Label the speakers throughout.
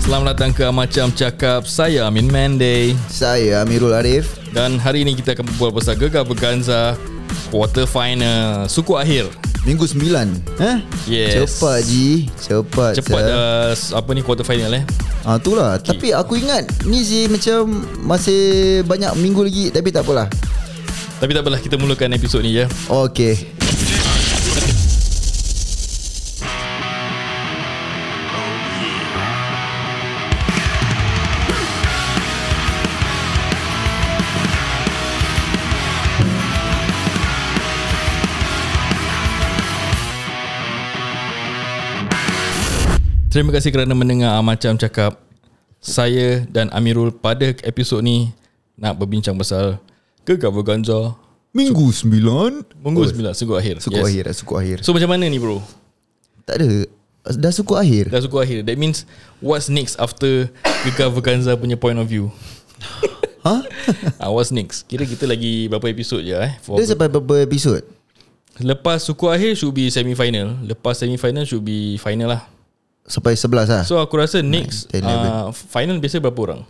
Speaker 1: Selamat datang ke Macam Cakap Saya Amin Manday
Speaker 2: Saya Amirul Arif
Speaker 1: Dan hari ini kita akan berbual pasal Gegar Berganza Quarter Final Suku Akhir
Speaker 2: Minggu 9 eh?
Speaker 1: Yes.
Speaker 2: Cepat Ji Cepat
Speaker 1: Cepat uh, Apa ni quarter final eh
Speaker 2: Ah tu lah okay. Tapi aku ingat Ni Ji macam Masih banyak minggu lagi Tapi tak apalah
Speaker 1: Tapi tak apalah kita mulakan episod ni ya
Speaker 2: Okay
Speaker 1: Terima kasih kerana mendengar Ah Macam Cakap Saya dan Amirul pada episod ni Nak berbincang pasal Gegar Berganza
Speaker 2: Minggu 9
Speaker 1: Minggu oh. 9 Suku Akhir
Speaker 2: Suku yes. akhir Suku akhir
Speaker 1: So macam mana ni bro
Speaker 2: Tak ada Dah suku akhir
Speaker 1: Dah suku akhir That means What's next after Gegar Verganza punya point of view
Speaker 2: Ha?
Speaker 1: uh, What's next Kira kita lagi Berapa episod je eh for
Speaker 2: Dia sampai berapa episod
Speaker 1: Lepas suku akhir Should be semi final Lepas semi final Should be final lah
Speaker 2: Sampai 11 lah
Speaker 1: So
Speaker 2: so,
Speaker 1: aku rasa next
Speaker 2: Nine, ten, eleven.
Speaker 1: uh, Final biasa berapa orang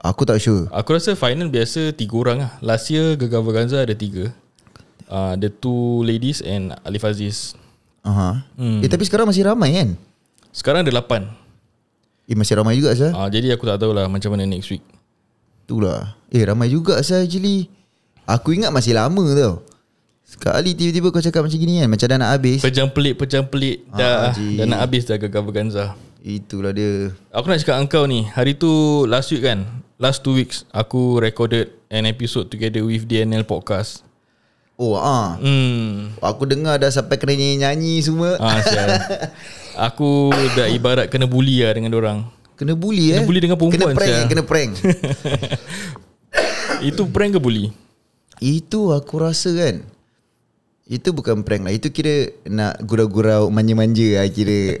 Speaker 2: Aku tak sure
Speaker 1: Aku rasa final biasa Tiga orang lah Last year Gegar Verganza ada tiga uh, The two ladies And Alif Aziz
Speaker 2: Aha.
Speaker 1: Hmm.
Speaker 2: Eh tapi sekarang masih ramai kan
Speaker 1: Sekarang ada lapan
Speaker 2: Eh masih ramai juga sah
Speaker 1: uh, Jadi aku tak tahulah Macam mana next week
Speaker 2: Itulah Eh ramai juga saya actually Aku ingat masih lama tau Sekali tiba-tiba kau cakap macam gini kan Macam dah nak habis
Speaker 1: Pejam pelik Pejam pelik Dah,
Speaker 2: Ah, Haji.
Speaker 1: dah nak habis dah Gegar Verganza
Speaker 2: Itulah dia
Speaker 1: Aku nak cakap dengan kau ni Hari tu Last week kan Last two weeks Aku recorded An episode together With DNL podcast
Speaker 2: Oh ah
Speaker 1: Hmm
Speaker 2: Aku dengar dah sampai kena nyanyi-nyanyi semua
Speaker 1: ah, sial. Aku dah ibarat Kena bully lah Dengan orang.
Speaker 2: Kena bully
Speaker 1: Kena
Speaker 2: eh
Speaker 1: bully dengan perempuan,
Speaker 2: Kena prank
Speaker 1: sia.
Speaker 2: eh, Kena prank
Speaker 1: Itu prank ke bully?
Speaker 2: Itu aku rasa kan Itu bukan prank lah Itu kira Nak gurau-gurau Manja-manja lah kira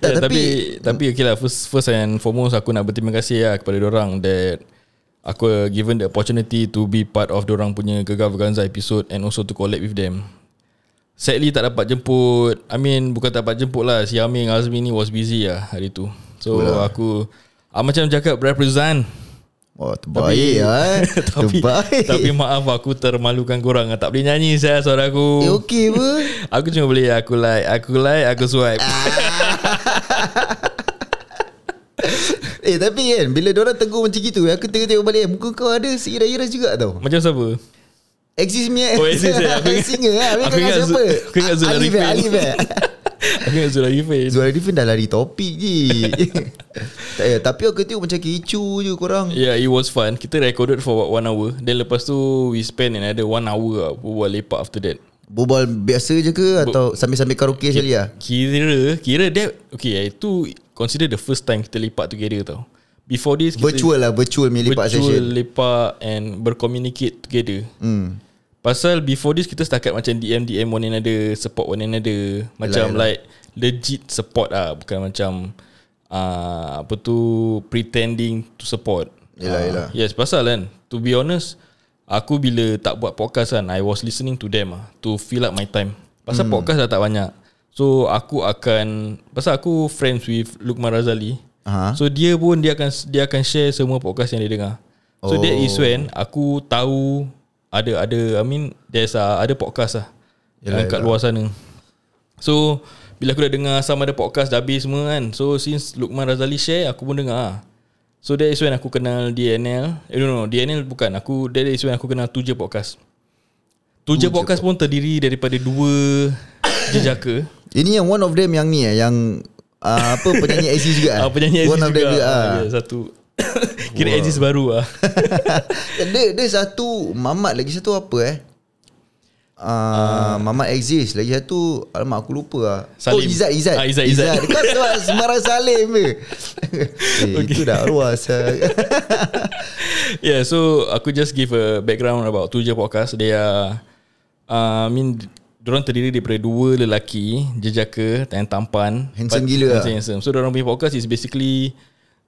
Speaker 1: Tak, yeah, Ya, tapi Tapi okay lah First, first and foremost Aku nak berterima kasih lah Kepada orang That Aku given the opportunity To be part of orang punya Gegar Verganza episode And also to collab with them Sadly tak dapat jemput I mean bukan tak dapat jemput lah Si Amir dengan Azmi ni was busy lah hari tu So aku ah, Macam cakap represent
Speaker 2: Wah terbaik lah eh.
Speaker 1: Tapi
Speaker 2: Terbaik
Speaker 1: Tapi maaf aku termalukan korang lah. Tak boleh nyanyi saya suara aku
Speaker 2: Eh okey apa
Speaker 1: Aku cuma boleh aku like, aku like, aku swipe.
Speaker 2: Eh tapi kan Bila diorang tegur macam gitu Aku tengok-tengok balik Muka kau ada seira-ira juga tau
Speaker 1: Macam siapa?
Speaker 2: Exist me
Speaker 1: Oh, exist, eh. Aku ingat-
Speaker 2: Singer lah Habis
Speaker 1: aku
Speaker 2: kau ingat
Speaker 1: ingat
Speaker 2: siapa
Speaker 1: Zu- aku ingat Zul
Speaker 2: Alif eh
Speaker 1: Arifin.
Speaker 2: Alif eh
Speaker 1: Aku ingat Zul Arifin.
Speaker 2: Zul Arifin dah lari topik je tak, ya, Tapi aku tengok macam kecoh je korang
Speaker 1: Yeah, it was fun. Kita recorded for about one hour. Then lepas tu, we spend another one hour lah berbual lepak after that.
Speaker 2: Bobal biasa je ke Atau sambil-sambil karaoke sekali lah
Speaker 1: Kira, kira that, okay, eh, itu consider the first time kita lepak together tau. Before this, kita
Speaker 2: Virtual lah Virtual punya lipat
Speaker 1: virtual
Speaker 2: session
Speaker 1: lepak and bercommunicate together.
Speaker 2: hmm.
Speaker 1: Pasal before this kita setakat macam DM DM one another, support one another, macam
Speaker 2: Yalah,
Speaker 1: like legit support ah, bukan macam uh, apa tu pretending to support.
Speaker 2: Yalah,
Speaker 1: Ah,
Speaker 2: yalah.
Speaker 1: Yes, pasal kan. To be honest, aku bila tak buat podcast kan, I was listening to them ah to fill up my time. Pasal hmm. podcast dah tak banyak. So aku akan pasal aku friends with Lukman Razali.
Speaker 2: Aha.
Speaker 1: So dia pun dia akan dia akan share semua podcast yang dia dengar. So oh. that is when aku tahu ada ada I mean there's a, ada podcast lah
Speaker 2: Yalah,
Speaker 1: yalah, kat luar sana. So bila aku dah dengar sama ada podcast dah habis semua kan. So since Lukman Razali share aku pun dengar lah. So that is when aku kenal DNL. Eh, no, no, DNL bukan. Aku that is when aku kenal Tuja Podcast. Tuja, Podcast pun terdiri daripada dua jejaka.
Speaker 2: Ini yang one of them yang ni eh Yang uh, Apa penyanyi Exist juga eh?
Speaker 1: Ah, penyanyi Aziz
Speaker 2: One of
Speaker 1: juga.
Speaker 2: them juga
Speaker 1: Ah,
Speaker 2: ah.
Speaker 1: ya, satu. Kira Aziz baru ah.
Speaker 2: dia, dia satu Mamat lagi satu apa eh Uh, Mamat exist Lagi satu Alamak aku lupa lah
Speaker 1: Ah.
Speaker 2: Oh
Speaker 1: Salim.
Speaker 2: Izzat Izzat
Speaker 1: Ah, Izzat, Izzat.
Speaker 2: Kau sebab sembarang Salim ke eh, okay. Itu dah arwah sah.
Speaker 1: yeah, so aku just give a background about Tuja Podcast. They are, uh, I mean, diorang terdiri daripada dua lelaki, jejaka dan tampan.
Speaker 2: Handsome
Speaker 1: But-
Speaker 2: gila lah.
Speaker 1: Handsome, handsome. So, diorang punya podcast is basically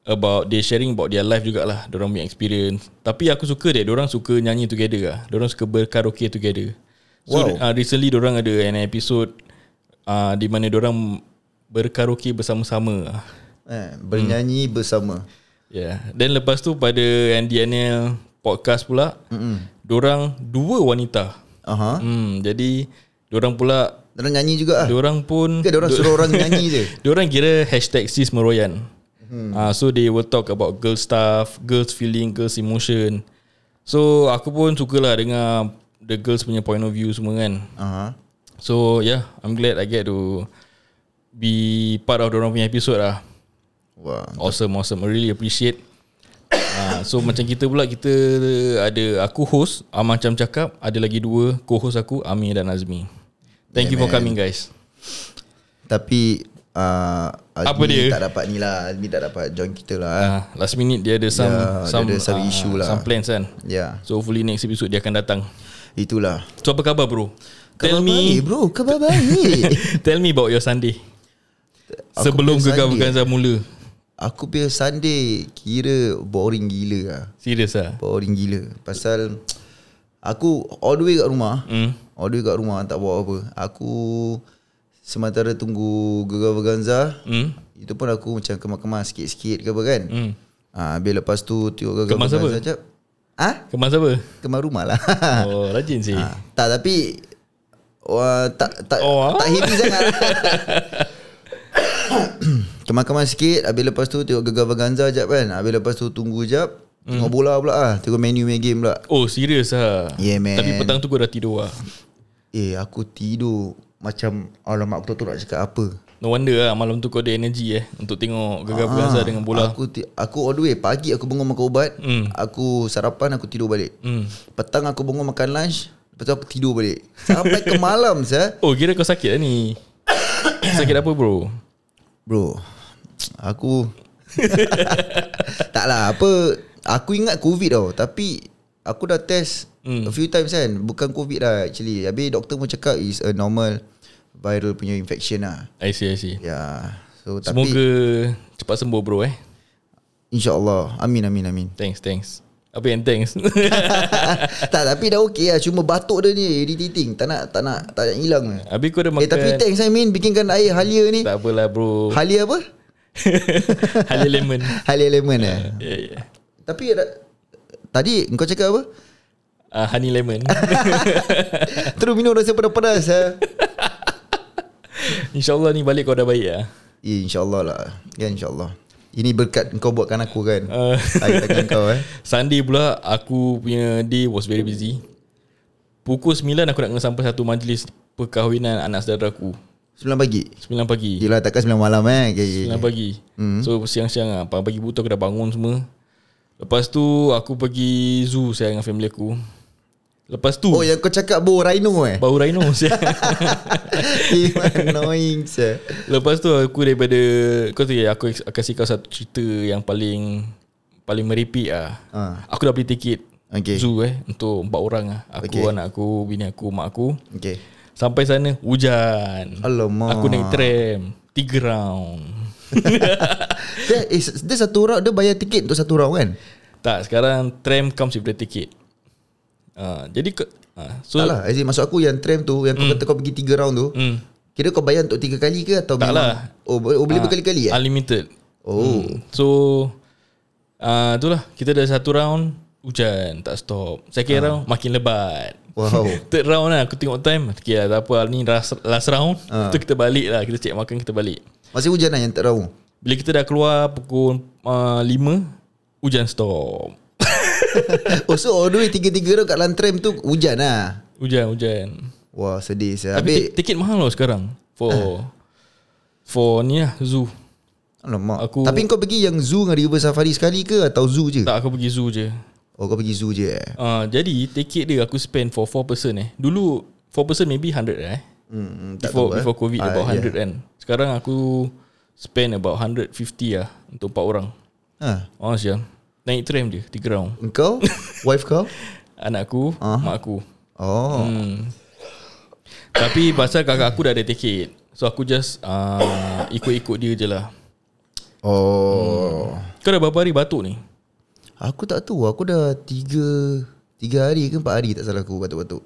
Speaker 1: about they sharing about their life jugalah. Diorang punya experience. Tapi aku suka dia, diorang suka nyanyi together lah. Diorang suka berkaraoke together. So, wow.
Speaker 2: Wow.
Speaker 1: uh, recently diorang ada an episode uh, di mana diorang berkaraoke bersama-sama.
Speaker 2: eh, Bernyanyi hmm. bersama
Speaker 1: Yeah. Then lepas tu pada NDNL podcast pula,
Speaker 2: Mm-mm.
Speaker 1: dorang dua wanita.
Speaker 2: Aha.
Speaker 1: Hmm, jadi dorang pula
Speaker 2: Diorang nyanyi juga lah
Speaker 1: dorang pun
Speaker 2: Ke diorang suruh orang nyanyi je
Speaker 1: Diorang kira hashtag sis meroyan. Hmm. Uh, so they will talk about girl stuff, girls feeling, girls emotion. So aku pun sukalah dengar the girls punya point of view semua kan.
Speaker 2: Aha.
Speaker 1: So yeah, I'm glad I get to be part of orang punya episode lah.
Speaker 2: Wah
Speaker 1: Awesome, awesome. I really appreciate. Uh, so macam kita pula kita ada aku host, ah, macam cakap ada lagi dua co-host aku Amir dan Azmi. Thank yeah, you for coming guys.
Speaker 2: Tapi uh, Azmi
Speaker 1: Apa dia?
Speaker 2: tak dapat ni lah Azmi tak dapat join kita lah uh.
Speaker 1: Uh, last minute dia ada some
Speaker 2: Yeah, dia
Speaker 1: some, ah,
Speaker 2: ada some issue lah.
Speaker 1: some plans kan.
Speaker 2: Ya yeah.
Speaker 1: So hopefully next episode dia akan datang.
Speaker 2: Itulah
Speaker 1: So apa khabar bro? Tell
Speaker 2: Khabar
Speaker 1: me
Speaker 2: baik, bro Khabar baik
Speaker 1: tell me about your Sunday.
Speaker 2: Aku
Speaker 1: Sebelum
Speaker 2: punya
Speaker 1: gegar
Speaker 2: Sunday.
Speaker 1: Vaganza mula.
Speaker 2: Aku punya Sunday Kira boring gila lah
Speaker 1: Serius ah.
Speaker 2: Boring gila Pasal Aku all the way kat rumah
Speaker 1: Hmm.
Speaker 2: All the way kat rumah Tak buat apa Aku Sementara tunggu Gegar Verganza
Speaker 1: Hmm.
Speaker 2: Itu pun aku macam kemas-kemas Sikit-sikit ke apa kan
Speaker 1: Hmm.
Speaker 2: ha, Habis lepas tu Tengok Gegar
Speaker 1: Kemas
Speaker 2: Verganza
Speaker 1: apa?
Speaker 2: sekejap Ah, ha?
Speaker 1: Kemas apa?
Speaker 2: Kemas rumah lah
Speaker 1: Oh, rajin sih.
Speaker 2: ha, Tak tapi Wah, tak tak
Speaker 1: Oh, ah.
Speaker 2: oh, tak heavy sangat. Kemas-kemas sikit Habis lepas tu Tengok gegar Verganza jap kan Habis lepas tu tunggu jap
Speaker 1: Hmm.
Speaker 2: Tengok bola pula lah Tengok menu main game pula
Speaker 1: Oh, serius ah.
Speaker 2: Yeah, man.
Speaker 1: Tapi petang tu gua dah tidur ah.
Speaker 2: Eh aku tidur Macam Alamak aku tak tahu nak cakap apa
Speaker 1: No wonder lah malam tu kau ada energy eh untuk tengok gegar Vaganza
Speaker 2: Ah,
Speaker 1: dengan bola.
Speaker 2: Aku ti- aku all the way Pagi aku bangun makan ubat
Speaker 1: Hmm.
Speaker 2: Aku sarapan Aku tidur balik
Speaker 1: Hmm.
Speaker 2: Petang aku bangun makan lunch Lepas tu aku tidur balik Sampai ke malam saya
Speaker 1: Oh, kira kau sakit lah ni. sakit apa bro?
Speaker 2: Bro Aku Tak lah apa Aku ingat covid tau Tapi Aku dah test
Speaker 1: Hmm.
Speaker 2: A few times kan Bukan covid lah actually Habis doktor pun cakap Is a normal Viral punya infection lah
Speaker 1: I see, I see.
Speaker 2: Ya yeah. So tapi
Speaker 1: Semoga cepat sembuh bro eh.
Speaker 2: InsyaAllah Amin amin amin
Speaker 1: Thanks, thanks. Apa yang thanks?
Speaker 2: Tak tapi dah okey lah Cuma batuk dia ni Irritating Tak nak Tak nak Tak nak hilang lah
Speaker 1: Habis kau dah makan.
Speaker 2: Eh tapi thanks I mean Bikinkan air halia ni
Speaker 1: Tak apalah bro.
Speaker 2: Halia apa?
Speaker 1: Halia lemon. Ya,
Speaker 2: Halia lemon eh
Speaker 1: Yeah, yeah.
Speaker 2: Tapi ada- Tadi kau cakap apa?
Speaker 1: Uh, honey lemon.
Speaker 2: Terus minum rasa pedas-pedas eh.
Speaker 1: InsyaAllah ni balik kau dah baik lah.
Speaker 2: Eh, InsyaAllah lah Ya insyaAllah Ini berkat kau buatkan aku kan
Speaker 1: Ah.
Speaker 2: Air tangan kau eh
Speaker 1: Sunday pula aku punya day was very busy. Pukul 9 aku nak kena sampai satu majlis perkahwinan anak saudara aku.
Speaker 2: 9 pagi
Speaker 1: 9 pagi.
Speaker 2: Yelah takkan 9 malam eh okay, okay.
Speaker 1: 9 pagi.
Speaker 2: Hmm.
Speaker 1: So siang-siang lah. Pagi buta aku dah bangun semua. Lepas tu aku pergi zoo saya dengan family aku. Lepas tu
Speaker 2: Oh yang kau cakap Bo Rhino eh
Speaker 1: bau rhino saya.
Speaker 2: Eh, Annoying sir
Speaker 1: Lepas tu aku daripada Kau tu aku ex- akan kasih kau satu cerita yang paling Paling meripik lah
Speaker 2: Ha.
Speaker 1: Aku dah beli tiket
Speaker 2: Okay.
Speaker 1: Zoo eh Untuk empat orang lah Aku,
Speaker 2: Okay.
Speaker 1: anak aku, bini aku, mak aku
Speaker 2: Okay
Speaker 1: Sampai sana hujan
Speaker 2: Alamak.
Speaker 1: Aku naik tram Tiga round
Speaker 2: dia, eh, dia satu round Dia bayar tiket untuk satu round kan
Speaker 1: Tak sekarang tram comes with the ticket uh, Jadi ke, uh, So
Speaker 2: Tak lah as in, Maksud aku yang tram tu Yang kau
Speaker 1: Hmm.
Speaker 2: kata kau pergi tiga round tu
Speaker 1: mm,
Speaker 2: Kira kau bayar untuk tiga kali ke Atau
Speaker 1: Tak
Speaker 2: memang
Speaker 1: lah.
Speaker 2: Oh boleh, oh, boleh berkali-kali eh
Speaker 1: Unlimited Mm,
Speaker 2: Oh
Speaker 1: So uh, Itulah Kita dah satu round Hujan Tak stop
Speaker 2: Ah.
Speaker 1: Second round Makin lebat
Speaker 2: Wow
Speaker 1: Third round lah Aku tengok time Okay lah tak apa Ni last, last round uh.
Speaker 2: Ah.
Speaker 1: Tu kita balik lah Kita cek makan Kita balik
Speaker 2: Masih hujan lah yang tak tahu
Speaker 1: Bila kita dah keluar Pukul uh, 5 Hujan stop
Speaker 2: Oh so all the way tiga-tiga round kat dalam tram tu Hujan lah
Speaker 1: Hujan hujan
Speaker 2: Wah sedih saya
Speaker 1: Tapi
Speaker 2: Habis Ah.
Speaker 1: ti- tiket mahal lah sekarang For For ni lah Zoo
Speaker 2: Alamak
Speaker 1: aku-
Speaker 2: aku, Tapi kau pergi yang zoo dengan river safari sekali ke Atau zoo je
Speaker 1: Tak aku pergi zoo je
Speaker 2: Oh kau pergi zoo je eh
Speaker 1: uh, Jadi tiket dia aku spend for 4 person eh Dulu 4 person maybe 100 lah eh
Speaker 2: hmm, tak
Speaker 1: before
Speaker 2: tahu, eh.
Speaker 1: before covid
Speaker 2: Ah,
Speaker 1: about
Speaker 2: ya.
Speaker 1: 100 kan. Sekarang aku spend about 150 lah untuk empat orang.
Speaker 2: ha.
Speaker 1: Oh siang. Naik tram je tiga round.
Speaker 2: Engkau Wife kau
Speaker 1: Anak aku,
Speaker 2: Ah.
Speaker 1: mak aku.
Speaker 2: Oh hmm.
Speaker 1: Hmm. Tapi pasal kakak aku dah ada tiket. So aku just uh, ikut-ikut dia je lah.
Speaker 2: Oh
Speaker 1: Kau dah berapa hari batuk ni?
Speaker 2: Aku tak tahu Aku dah tiga Tiga hari ke empat hari Tak salah aku batuk-batuk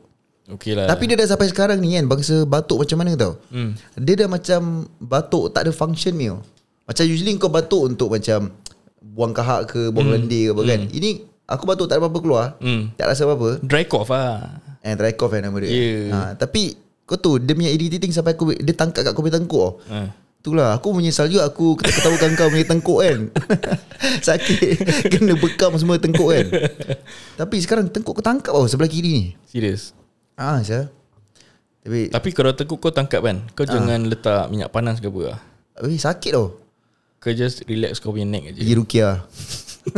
Speaker 1: Okey lah.
Speaker 2: Tapi dia dah sampai sekarang ni kan Bangsa batuk macam mana tau
Speaker 1: hmm.
Speaker 2: Dia dah macam Batuk tak ada function ni tau Macam usually kau batuk untuk macam buang kahak ke, buang mm. lendir ke apa kan. Ini aku batuk tak ada apa-apa keluar.
Speaker 1: Hmm.
Speaker 2: Tak rasa apa-apa.
Speaker 1: Dry cough lah.
Speaker 2: And dry cough eh nama dia.
Speaker 1: Yeah.
Speaker 2: Ha, tapi kau tu dia punya irritating sampai aku dia tangkap kat kau punya tengkuk. tau.
Speaker 1: Ha.
Speaker 2: Itulah aku menyesal juga aku ketawakan kau punya tengkuk kan. Sakit kena bekam semua tengkuk kan. tapi sekarang tengkuk kau tangkap tau sebelah kiri ni.
Speaker 1: Serius.
Speaker 2: Ah, saya. Tapi
Speaker 1: Tapi kalau tekuk kau tangkap kan,
Speaker 2: Ah.
Speaker 1: kau jangan letak minyak panas ke apa lah.
Speaker 2: eh, sakit tau.
Speaker 1: Kau just relax kau punya neck je.
Speaker 2: Pergi Rukia.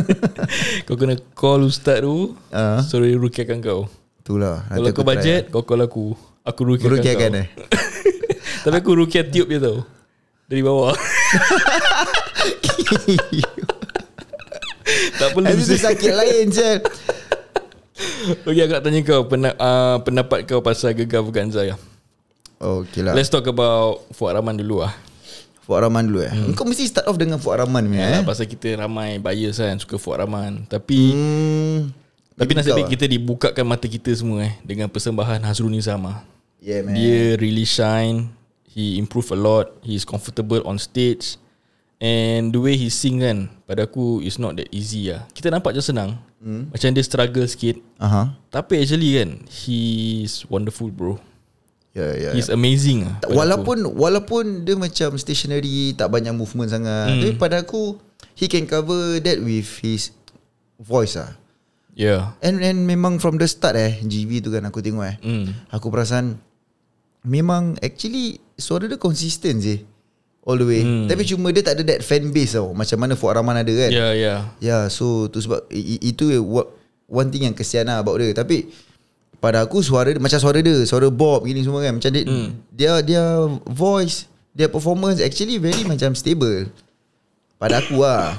Speaker 1: Kau kena call ustaz tu,
Speaker 2: Ah.
Speaker 1: so dia rukiakan kau.
Speaker 2: Itulah.
Speaker 1: Kalau kau budget, kau call aku. Aku rukiakan,
Speaker 2: Guru
Speaker 1: rukiakan
Speaker 2: kan
Speaker 1: kau.
Speaker 2: eh.
Speaker 1: Tapi aku rukia tiup je tau. Dari bawah. tak perlu
Speaker 2: Habis tu
Speaker 1: sih.
Speaker 2: sakit lain je.
Speaker 1: Okay, aku nak tanya kau pena, uh, pendapat kau pasal gegar Ganza ya.
Speaker 2: Oh, okay lah.
Speaker 1: Let's talk about Fuad Rahman dulu lah.
Speaker 2: Fuad Rahman dulu eh.
Speaker 1: Hmm.
Speaker 2: Kau mesti start off dengan Fuad Rahman punya eh.
Speaker 1: Yeah. Pasal kita ramai bias kan suka Fuad Rahman. Tapi
Speaker 2: Hmm.
Speaker 1: tapi nasib
Speaker 2: dibuka
Speaker 1: baik kita dibukakan mata kita semua eh dengan persembahan ah. Hazrul Nizama.
Speaker 2: Yeah, man.
Speaker 1: Dia really shine. He improve a lot. He is comfortable on stage. And the way he sing kan pada aku is not that easy lah. Kita nampak je senang. Hmm. Macam dia struggle sikit.
Speaker 2: Aha.
Speaker 1: Tapi actually kan He's wonderful bro
Speaker 2: Ya, ya.
Speaker 1: He's amazing lah pada
Speaker 2: Tak,
Speaker 1: aku.
Speaker 2: Walaupun walaupun dia macam stationary tak banyak movement sangat.
Speaker 1: Hmm.
Speaker 2: Tapi pada aku he can cover that with his voice ah.
Speaker 1: Yeah
Speaker 2: And and memang from the start eh GV tu kan aku tengok eh.
Speaker 1: Hmm.
Speaker 2: Aku perasan memang actually suara dia consistent je. All the way. Tapi cuma dia tak ada that fan base tau. Macam mana Fuad Rahman ada kan.
Speaker 1: Yeah yeah
Speaker 2: Hmm. Ya so tu sebab i- i- itu what, one thing yang kesian lah about dia tapi pada aku suara dia macam suara dia suara Bob gini semua kan macam dia hmm. dia dia voice dia performance actually very macam stable pada aku lah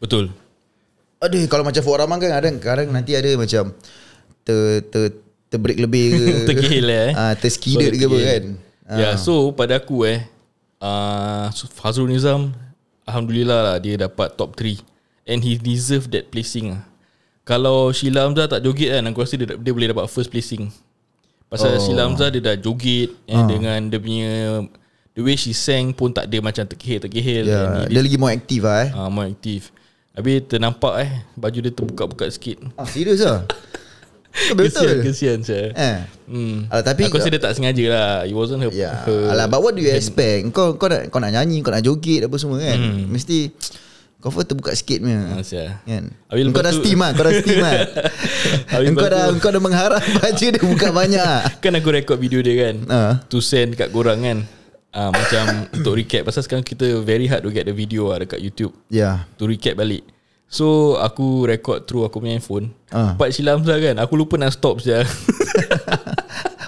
Speaker 1: Betul
Speaker 2: Aduh kalau macam Fuad Rahman kan kadang kadang nanti ada macam ter ter terbreak lebih ke
Speaker 1: Terkehil lah eh
Speaker 2: ah terskidet
Speaker 1: Sorry,
Speaker 2: ke apa
Speaker 1: terkehil.
Speaker 2: kan
Speaker 1: Yeah Ya, so pada aku eh uh, Hazrul Nizam Alhamdulillah lah Dia dapat top 3 And he deserve that placing lah Kalau Sheila Hamzah tak joget kan Aku rasa dia, dia boleh dapat first placing Pasal oh. Sheila Hamzah dia dah joget
Speaker 2: Ah.
Speaker 1: And dengan dia punya The way she sang pun tak ada macam terkehil-terkehil
Speaker 2: ya
Speaker 1: And he
Speaker 2: dia lagi more aktif lah eh
Speaker 1: Ah, more aktif. Habis ternampak eh baju dia terbuka-buka sikit.
Speaker 2: ah serius ah
Speaker 1: Kesian,
Speaker 2: betul
Speaker 1: kesian saya.
Speaker 2: eh
Speaker 1: Hmm.
Speaker 2: Alah, tapi
Speaker 1: Aku rasa dia tak sengaja lah. It wasn't her.
Speaker 2: Ya.
Speaker 1: her
Speaker 2: Alah but what do you expect? Kau kau nak kau nak nyanyi, kau nak joget apa semua kan. Mesti kau first terbuka sikit punya.
Speaker 1: Hmm. Ah, sia.
Speaker 2: Kan?
Speaker 1: Habis
Speaker 2: kau
Speaker 1: lepas
Speaker 2: dah
Speaker 1: tu-
Speaker 2: steam ah, kau dah steam ah.
Speaker 1: Habis
Speaker 2: kau
Speaker 1: lepas
Speaker 2: dah
Speaker 1: tu-
Speaker 2: kau dah mengharap baju dia buka banyak ah.
Speaker 1: Kan aku rekod video dia kan.
Speaker 2: Ah.
Speaker 1: To send kat korang kan. Ah, macam untuk recap. Pasal sekarang kita very hard to get the video lah dekat YouTube.
Speaker 2: Ya.
Speaker 1: To recap balik. So aku record through aku punya handphone.
Speaker 2: Ah. Ya.
Speaker 1: Part silam Hamzah kan. Aku lupa nak stop je.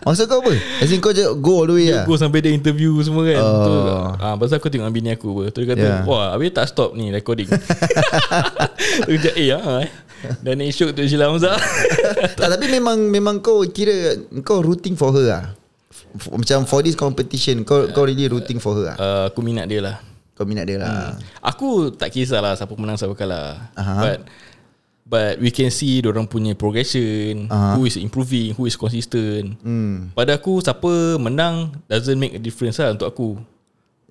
Speaker 2: Maksud kau apa? As in kau je go all the way
Speaker 1: Dia
Speaker 2: ah.
Speaker 1: go sampai dia interview semua kan.
Speaker 2: Oh. Ya.
Speaker 1: Tu, ah, pasal aku tengok dengan bini aku apa. Tu dia kata,
Speaker 2: Yeah.
Speaker 1: wah habis tak stop ni recording. tu macam, eh ah, eh. Dan ni syok tu Sheila Hamzah.
Speaker 2: tak, tapi memang memang kau kira kau rooting for her ah. F- Macam for this competition kau kau really rooting for her ah.
Speaker 1: uh, aku minat dia lah.
Speaker 2: Kau minat dia lah.
Speaker 1: Aku tak kisahlah siapa menang siapa kalah.
Speaker 2: Aha.
Speaker 1: But but we can see orang punya progression,
Speaker 2: Aha.
Speaker 1: who is improving, who is consistent.
Speaker 2: Hmm.
Speaker 1: Pada aku siapa menang doesn't make a difference lah untuk aku.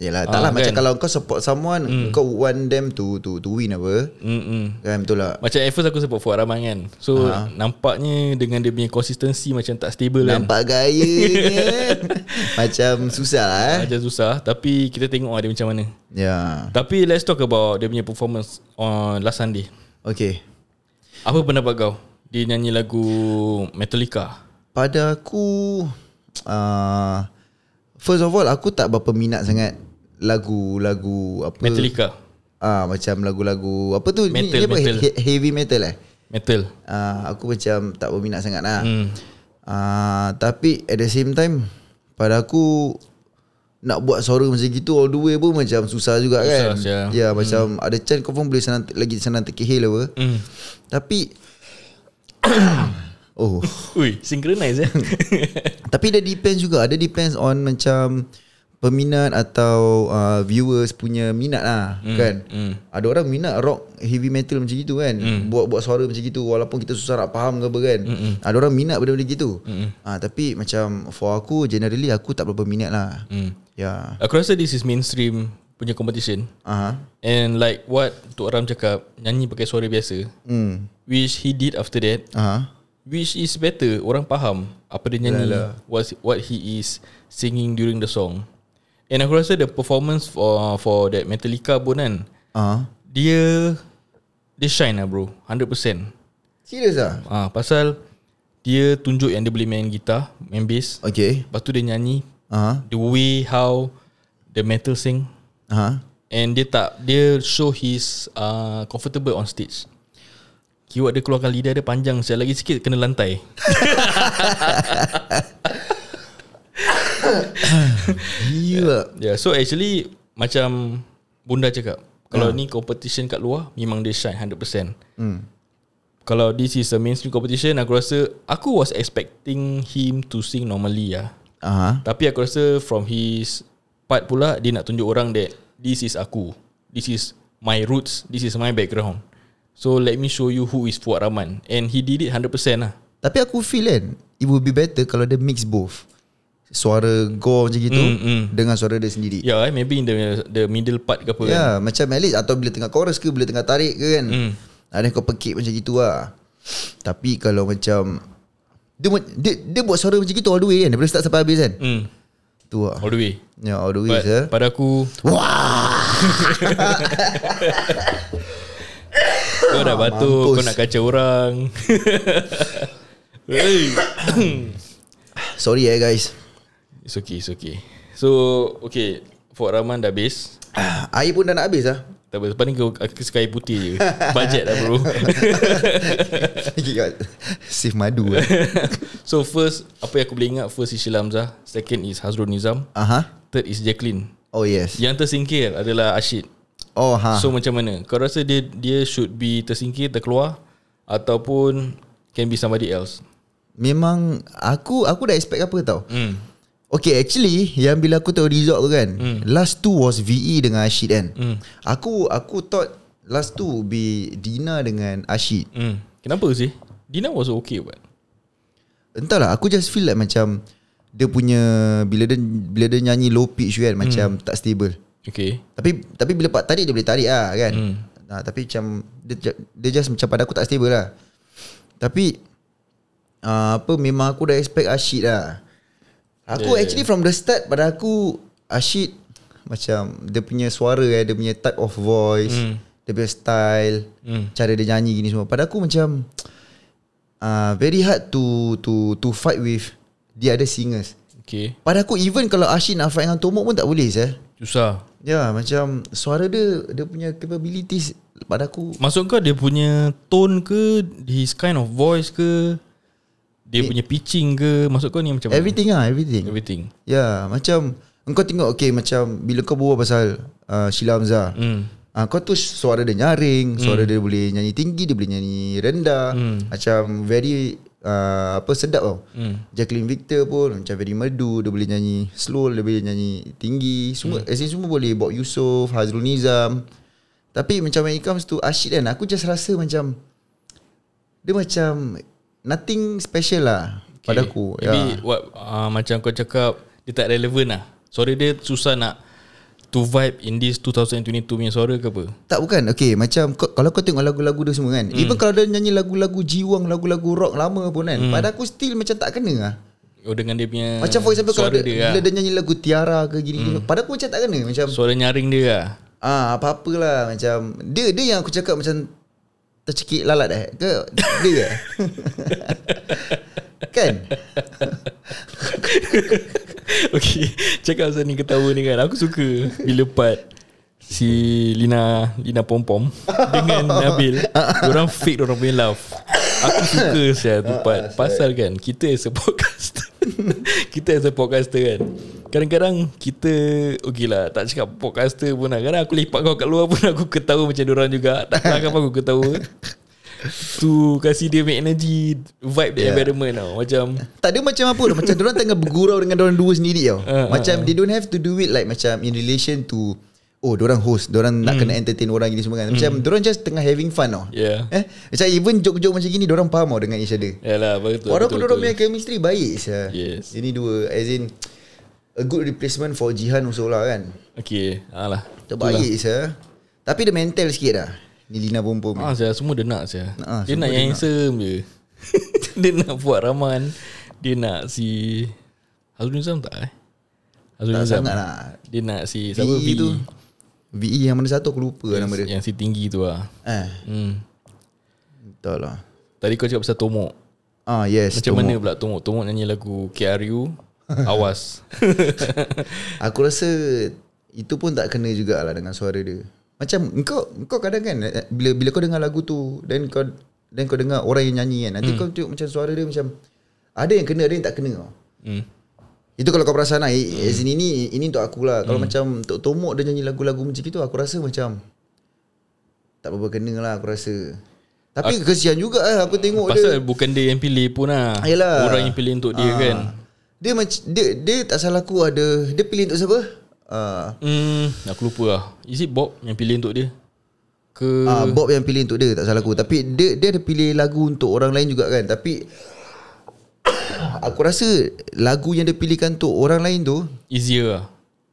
Speaker 2: Yalah, taklah
Speaker 1: Ah,
Speaker 2: macam
Speaker 1: kan? Hmm.
Speaker 2: kalau kau support someone, kau want them to to to win apa.
Speaker 1: Mm-mm.
Speaker 2: Kan betul lah.
Speaker 1: Macam at first aku support Fuad Rahman kan So nampaknya dengan dia punya consistency macam tak stable kan
Speaker 2: Nampak gayanya Macam susah lah eh
Speaker 1: Macam susah Tapi kita tengok lah dia macam mana
Speaker 2: Ya
Speaker 1: Tapi let's talk about Dia punya performance On last Sunday
Speaker 2: Okay
Speaker 1: Apa pendapat kau? Dia nyanyi lagu Metallica
Speaker 2: Pada aku uh, First of all aku tak berapa minat sangat Lagu-lagu apa
Speaker 1: Metallica
Speaker 2: Ah Macam lagu-lagu Apa tu
Speaker 1: Metal,
Speaker 2: ni, ni apa?
Speaker 1: metal.
Speaker 2: He- Heavy metal eh
Speaker 1: Metal
Speaker 2: uh, Aku macam tak berminat sangat lah
Speaker 1: hmm.
Speaker 2: uh, Tapi at the same time Pada aku nak buat suara macam gitu all the way pun macam susah juga kan.
Speaker 1: sia.
Speaker 2: Ya macam ada chance kau pun boleh senang lagi senang terkehil apa.
Speaker 1: Hmm.
Speaker 2: Tapi Oh
Speaker 1: Ui, synchronize eh
Speaker 2: Tapi dia depends juga Dia depends on macam Peminat atau uh, Viewers punya minat lah mm, Kan
Speaker 1: mm.
Speaker 2: Ada orang minat rock Heavy metal macam gitu kan Buat-buat suara macam gitu Walaupun kita susah nak faham ke apa kan mm Ada orang minat benda-benda gitu mm ha, Tapi
Speaker 1: Hmm.
Speaker 2: macam For aku Generally aku tak berapa minat lah mm. Ya Ah, yeah.
Speaker 1: Aku rasa this is mainstream punya competition.
Speaker 2: Aha.
Speaker 1: And like what Tok Ram cakap, nyanyi pakai suara biasa.
Speaker 2: Hmm. Ah,
Speaker 1: Which he did after that.
Speaker 2: Aha.
Speaker 1: Which is better Orang faham Apa dia nyanyi
Speaker 2: Yalah.
Speaker 1: What, what he is Singing during the song And aku rasa The performance For for that Metallica pun kan
Speaker 2: Aha.
Speaker 1: Dia Dia shine lah bro 100%
Speaker 2: Serius ah?
Speaker 1: Ah, Pasal Dia tunjuk yang dia boleh main gitar Main bass
Speaker 2: Okay. Ah,
Speaker 1: Lepas tu dia nyanyi
Speaker 2: Aha.
Speaker 1: The way how The metal sing
Speaker 2: Aha.
Speaker 1: And dia tak Dia show his uh, Comfortable on stage Keyword dia keluarkan lidah dia panjang Sekali lagi sikit kena lantai
Speaker 2: Gila.
Speaker 1: Yeah, so actually macam Bunda cakap, kalau ni competition kat luar memang dia shine 100%.
Speaker 2: Hmm.
Speaker 1: Kalau this is a mainstream competition, aku rasa aku was expecting him to sing normally ya.
Speaker 2: Aha.
Speaker 1: Tapi aku rasa from his part pula dia nak tunjuk orang that this is aku. This is my roots, this is my background. So let me show you who is Fuad Rahman and he did it 100% lah.
Speaker 2: Tapi aku feel kan It would be better Kalau dia mix both Suara gore macam gitu
Speaker 1: Mm, mm.
Speaker 2: Dengan suara dia sendiri
Speaker 1: Yeah, eh, maybe in the the middle part ke apa kan.
Speaker 2: Ya, macam at least atau bila tengah chorus ke bila tengah tarik ke kan.
Speaker 1: Hmm.
Speaker 2: Ada kau pekik macam gitu lah. Tapi kalau macam dia, buat- dia, dia buat suara macam gitu all the way kan daripada start sampai habis kan.
Speaker 1: Mm,
Speaker 2: Tu lah.
Speaker 1: all the way.
Speaker 2: Ya, all the way
Speaker 1: But
Speaker 2: sir.
Speaker 1: pada aku
Speaker 2: Wah.
Speaker 1: Kau dah batuk
Speaker 2: mampus.
Speaker 1: Kau nak kacau orang Hey.
Speaker 2: Sorry eh guys.
Speaker 1: It's okay It's okay So Okay Fort Rahman dah habis
Speaker 2: Ah, Air pun dah nak habis lah.
Speaker 1: Tak apa Lepas ni kau Aku suka air putih je Budget lah bro
Speaker 2: Okay, guys. Save madu eh.
Speaker 1: So first Apa yang aku boleh ingat First is Sheila Hamzah Second is Hazrul Nizam
Speaker 2: Aha.
Speaker 1: Third is Jacqueline
Speaker 2: Oh yes.
Speaker 1: Yang tersingkir adalah Ashid
Speaker 2: Oh
Speaker 1: Ya.
Speaker 2: ha.
Speaker 1: So macam mana Kau rasa dia Dia should be tersingkir Terkeluar Ataupun Can be somebody else
Speaker 2: Memang aku aku dah expect apa tau.
Speaker 1: Hmm
Speaker 2: Okay actually Yang bila aku tahu result tu kan mm. Last two was VE dengan Ashid kan mm. Aku aku thought Last two would be Dina dengan Ashid
Speaker 1: Hmm Kenapa sih Dina was okay but
Speaker 2: Entahlah aku just feel like macam Dia punya Bila dia bila dia nyanyi low pitch kan Macam tak stable
Speaker 1: Okay
Speaker 2: Tapi tapi bila part tarik dia boleh tarik lah kan mm. nah, Tapi macam dia, dia just macam pada aku tak stable lah Tapi uh, Apa memang aku dah expect Ashid lah Aku yeah, actually from the start pada aku Ashid macam dia punya suara eh dia punya type of voice, mm. dia punya style,
Speaker 1: Hmm.
Speaker 2: mm. cara dia nyanyi gini semua. Pada aku macam uh, very hard to to to fight with the other singers.
Speaker 1: Okay
Speaker 2: Pada aku even kalau Ashid nak fight dengan Tomok pun tak boleh sah.
Speaker 1: Susah
Speaker 2: Ya macam suara dia dia punya capabilities pada aku
Speaker 1: Maksud kau dia punya tone ke His kind of voice ke Dia punya pitching ke Maksud kau ni macam mana?
Speaker 2: everything ah everything.
Speaker 1: Everything
Speaker 2: Ya macam engkau tengok okay macam bila kau berbual pasal uh, Sheila Hamzah.
Speaker 1: Hmm
Speaker 2: Ah, kau tu suara dia nyaring, suara dia boleh nyanyi tinggi, dia boleh nyanyi rendah. Macam very uh, apa sedap tau.
Speaker 1: Hmm
Speaker 2: Jacqueline Victor pun macam very merdu, dia boleh nyanyi slow, dia boleh nyanyi tinggi.
Speaker 1: Hmm.
Speaker 2: Semua as in semua boleh Bob Yusof, Hazrul Nizam. Tapi macam when it comes to Ashid kan, aku just rasa macam dia macam nothing special lah okay. pada aku.
Speaker 1: Maybe
Speaker 2: Ya.
Speaker 1: what, uh, Macam kau cakap Dia tak relevan lah Suara dia susah nak To vibe in this 2022 punya suara ke apa
Speaker 2: Tak bukan Okay macam kau, Kalau kau tengok lagu-lagu dia semua kan mm. Even kalau dia nyanyi lagu-lagu jiwang Lagu-lagu rock lama pun kan mm. Pada aku still macam tak kena lah
Speaker 1: Oh dengan dia punya
Speaker 2: Macam for example
Speaker 1: Suara
Speaker 2: kalau dia,
Speaker 1: dia
Speaker 2: dia
Speaker 1: lah
Speaker 2: Bila dia nyanyi lagu Tiara ke gini, gini Pada aku macam tak kena Macam
Speaker 1: Suara nyaring dia lah
Speaker 2: ah apa-apalah Macam Dia dia yang aku cakap macam Tercekik lalat eh ke, Dia ke Kan
Speaker 1: Okay Cakap pasal ni ketawa ni kan Aku suka Bila part Si Lina Lina Pom Pom Dengan Nabil Diorang fake Diorang punya love Aku suka saya tu part Pasal kan Kita as a podcaster Kita as a podcaster kan Kadang-kadang Kita Okay lah Tak cakap podcaster pun lah Kadang aku lipat kau kat luar pun Aku ketawa macam diorang juga Tak tahu kenapa aku ketawa Tu Kasih dia punya energy Vibe the
Speaker 2: Yeah.
Speaker 1: environment tau Macam
Speaker 2: tak ada macam apa tau Macam diorang tengah bergurau Dengan diorang dua sendiri tau
Speaker 1: Ah, ah,
Speaker 2: Macam they don't have to do it Like macam in relation to Oh diorang host Diorang nak kena entertain orang gini semua kan Macam diorang just tengah having fun tau
Speaker 1: Hmm. Yeah
Speaker 2: Eh, macam even joke-joke macam gini Diorang faham tau dengan each other
Speaker 1: Yalah betul
Speaker 2: Walaupun
Speaker 1: betul,
Speaker 2: diorang
Speaker 1: betul.
Speaker 2: punya chemistry baik sah.
Speaker 1: Yes.
Speaker 2: Ini dua As in A good replacement for Jihan also lah kan
Speaker 1: Okay Alah
Speaker 2: Terbaik saya. Tapi dia mental sikit lah. Ni Lina Bombo.
Speaker 1: Ah, saya semua dia nak saya.
Speaker 2: Ah,
Speaker 1: dia nak
Speaker 2: semua dia
Speaker 1: yang
Speaker 2: nak.
Speaker 1: handsome je. dia nak buat raman. Dia nak si Hazrul Nizam tak eh? Hazrul
Speaker 2: Tak
Speaker 1: Nizam.
Speaker 2: sangat lah.
Speaker 1: Dia nak si siapa
Speaker 2: VE
Speaker 1: V E.
Speaker 2: tu. VE yang mana satu aku lupa yes, nama dia.
Speaker 1: Yang si tinggi tu lah.
Speaker 2: Eh,
Speaker 1: Hmm.
Speaker 2: entah lah.
Speaker 1: Tadi kau cakap pasal Tomok.
Speaker 2: Ah yes.
Speaker 1: Macam
Speaker 2: Tom.
Speaker 1: mana pula Tomok? Tomok nyanyi lagu KRU. Awas.
Speaker 2: Aku rasa itu pun tak kena jugalah dengan suara dia. Macam engkau engkau kadang kan eh, bila bila kau dengar lagu tu dan kau dan kau dengar orang yang nyanyi kan nanti hmm. kau tengok macam suara dia macam ada yang kena ada yang tak kena tau.
Speaker 1: hmm.
Speaker 2: Itu kalau kau perasan lah hmm. As in ini Ini untuk akulah
Speaker 1: Hmm.
Speaker 2: Kalau macam Tok Tomok dia nyanyi lagu-lagu macam itu Aku rasa macam Tak berapa kena lah aku rasa Tapi kesian juga lah Aku tengok
Speaker 1: Pasal
Speaker 2: dia
Speaker 1: bukan dia yang pilih pun lah.
Speaker 2: Yelah.
Speaker 1: Orang yang pilih untuk dia
Speaker 2: Ah.
Speaker 1: kan.
Speaker 2: Dia macam dia, dia tak salah aku ada Dia pilih untuk siapa? Uh,
Speaker 1: Hmm, aku lupa lah. Is it Bob yang pilih untuk dia? Ke
Speaker 2: uh, Bob yang pilih untuk dia Tak salah aku Tapi dia dia ada pilih lagu Untuk orang lain juga kan Tapi Aku rasa Lagu yang dia pilihkan Untuk orang lain tu
Speaker 1: easier lah.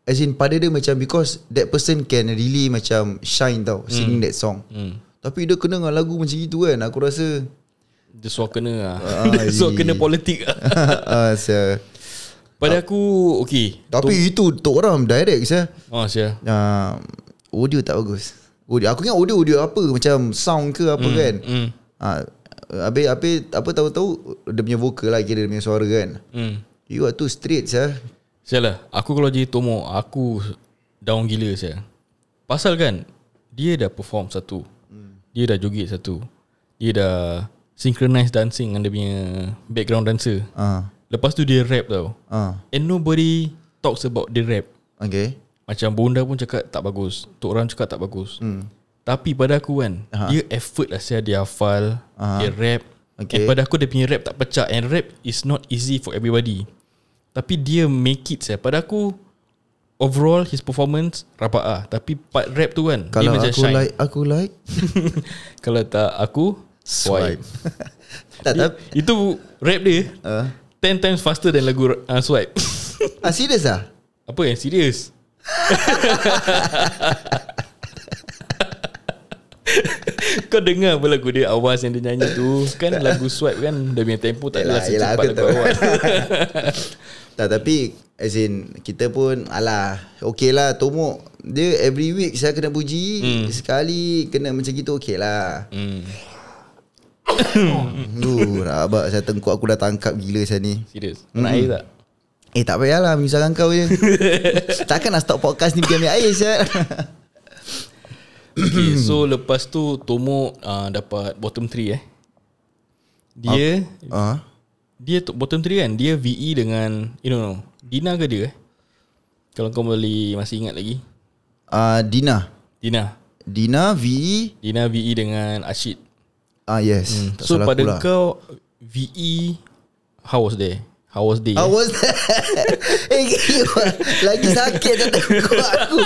Speaker 2: As in pada dia macam Because that person can really Macam shine tau Singing that song
Speaker 1: Hmm.
Speaker 2: Tapi dia kena dengan lagu macam itu kan Aku rasa
Speaker 1: Dia suar kena lah Dia suar kena politik lah
Speaker 2: uh, saya.
Speaker 1: Pada aku Okay
Speaker 2: Tapi itu untuk orang direct saya.
Speaker 1: Oh Syah
Speaker 2: Uh, audio tak bagus audio, Aku ingat audio audio apa Macam sound ke apa kan
Speaker 1: mm,
Speaker 2: uh, Habis, habis apa tahu-tahu Dia punya vokal lah kira dia punya suara kan
Speaker 1: mm.
Speaker 2: You are too straight saya.
Speaker 1: Syah lah Aku kalau jadi Tomo Aku Down gila Syah Pasal kan Dia dah perform satu Dia dah joget satu Dia dah Synchronize dancing Dengan dia punya Background dancer
Speaker 2: Ah,
Speaker 1: Lepas tu dia rap tau
Speaker 2: uh, ah,
Speaker 1: And nobody Talks about the rap
Speaker 2: uh, Okay
Speaker 1: Macam Bonda pun cakap tak bagus Tok Ram cakap tak bagus Tapi pada aku kan
Speaker 2: Hmm. Aha.
Speaker 1: Dia effort lah saya Dia hafal
Speaker 2: Aha.
Speaker 1: Dia rap
Speaker 2: Okay.
Speaker 1: And pada aku dia punya rap tak pecah And rap is not easy for everybody Tapi dia make it saya Pada aku Overall his performance Rapat ah Tapi part rap tu kan Dia
Speaker 2: Kalau
Speaker 1: macam
Speaker 2: aku
Speaker 1: shine
Speaker 2: like Aku like
Speaker 1: Kalau tak aku Swipe,
Speaker 2: Tak tak
Speaker 1: Itu rap dia
Speaker 2: uh,
Speaker 1: 10 times faster than lagu uh, Swipe
Speaker 2: ah, Serius lah
Speaker 1: Apa yang serius Kau dengar apa lagu dia Awas yang dia nyanyi tu Kan lagu swipe kan Dia punya tempo tak adalah
Speaker 2: Yelah, yelah,
Speaker 1: secepat
Speaker 2: aku
Speaker 1: lagu
Speaker 2: tahu.
Speaker 1: awal
Speaker 2: Tak tapi As in Kita pun Alah Okay lah Tomok Dia every week Saya kena puji Sekali Kena macam gitu Okay lah
Speaker 1: hmm,
Speaker 2: Duh Rabak saya tengkuk Aku dah tangkap gila saya ni
Speaker 1: Serius Nak air tak
Speaker 2: Eh tak payahlah Misalkan kau je Takkan nak stop podcast ni Pergi ambil air saya
Speaker 1: okay, So lepas tu Tomo uh, Dapat bottom 3 eh Dia
Speaker 2: Ah,
Speaker 1: Dia tu- bottom 3 kan Dia VE dengan You know no, Dina ke dia eh Kalau kau boleh Masih ingat lagi
Speaker 2: ah, Dina
Speaker 1: Dina
Speaker 2: Dina V E,
Speaker 1: Dina VE dengan Ashid
Speaker 2: Ah yes
Speaker 1: Hmm,
Speaker 2: tak
Speaker 1: So
Speaker 2: salah
Speaker 1: pada
Speaker 2: aku lah.
Speaker 1: kau VE How was there? How was there?
Speaker 2: I was Eh gila Lagi sakit tak tengok aku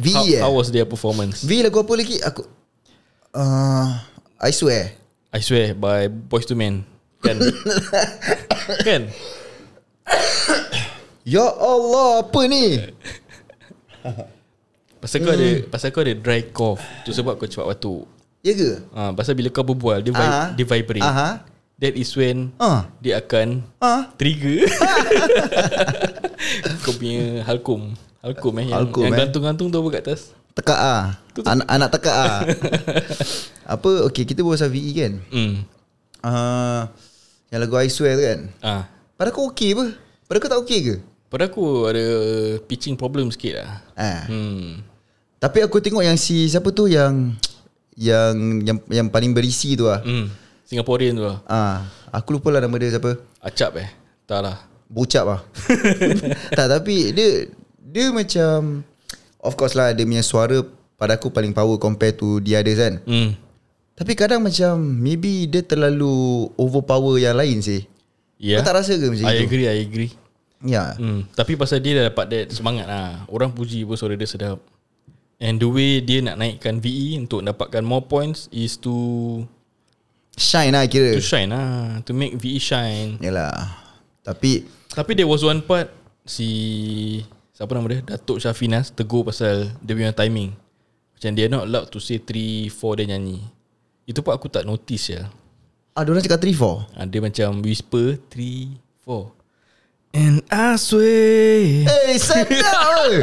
Speaker 2: V
Speaker 1: how,
Speaker 2: eh
Speaker 1: how was their performance?
Speaker 2: V E lagu apa lagi Aku uh, I swear
Speaker 1: I swear by Boys to Men. Kan? kan?
Speaker 2: Ya Allah Apa ni
Speaker 1: Eh. Pasal kau
Speaker 2: Hmm.
Speaker 1: ada pasal kau ada dry cough. Tu sebab kau cepat batuk.
Speaker 2: Ya ke
Speaker 1: Ha, pasal bila kau berbual dia, vib-
Speaker 2: Ah.
Speaker 1: dia vibrate.
Speaker 2: Aha
Speaker 1: That is when
Speaker 2: Ah.
Speaker 1: dia akan
Speaker 2: Ah.
Speaker 1: trigger kau punya halkum. Halkum eh yang,
Speaker 2: Halkum,
Speaker 1: yang
Speaker 2: eh.
Speaker 1: gantung-gantung tu apa kat atas?
Speaker 2: Tekak ah. Anak, anak tekak ah. Apa Okay kita buat pasal VE kan
Speaker 1: Hmm.
Speaker 2: uh, Yang lagu I swear tu kan
Speaker 1: Ah.
Speaker 2: Pada kau okey apa Pada kau tak okey ke
Speaker 1: Pada aku ada pitching problem sikit lah.
Speaker 2: Ah.
Speaker 1: Hmm.
Speaker 2: Tapi aku tengok yang si siapa tu yang yang yang yang paling berisi tu ah.
Speaker 1: Hmm. Singaporean tu lah.
Speaker 2: Ah, aku lupa lah nama dia siapa.
Speaker 1: Acap eh. Tak lah.
Speaker 2: Bocap ah. tak tapi dia dia macam of course lah dia punya suara pada aku paling power compare to the others kan.
Speaker 1: Hmm.
Speaker 2: Tapi kadang macam maybe dia terlalu overpower yang lain sih.
Speaker 1: Yeah.
Speaker 2: Kau tak rasa ke macam
Speaker 1: Ya. I
Speaker 2: itu?
Speaker 1: agree, I agree.
Speaker 2: Ya.
Speaker 1: Hmm. Tapi pasal dia dah dapat that semangat lah. Orang puji pun suara dia sedap. And the way dia nak naikkan VE untuk dapatkan more points is to
Speaker 2: Shine lah kira.
Speaker 1: to E shine lah. To make VE shine.
Speaker 2: Yalah. Tapi
Speaker 1: Tapi there was one part si siapa nama dia Datuk Syafinas tegur pasal dia punya timing. Macam dia not allowed to say 3 4 dia nyanyi. Itu pun aku tak notice ya.
Speaker 2: Ah, diorang cakap 3-4
Speaker 1: Ha, dia macam whisper 3 4. And I swear
Speaker 2: Eh, sedap eh.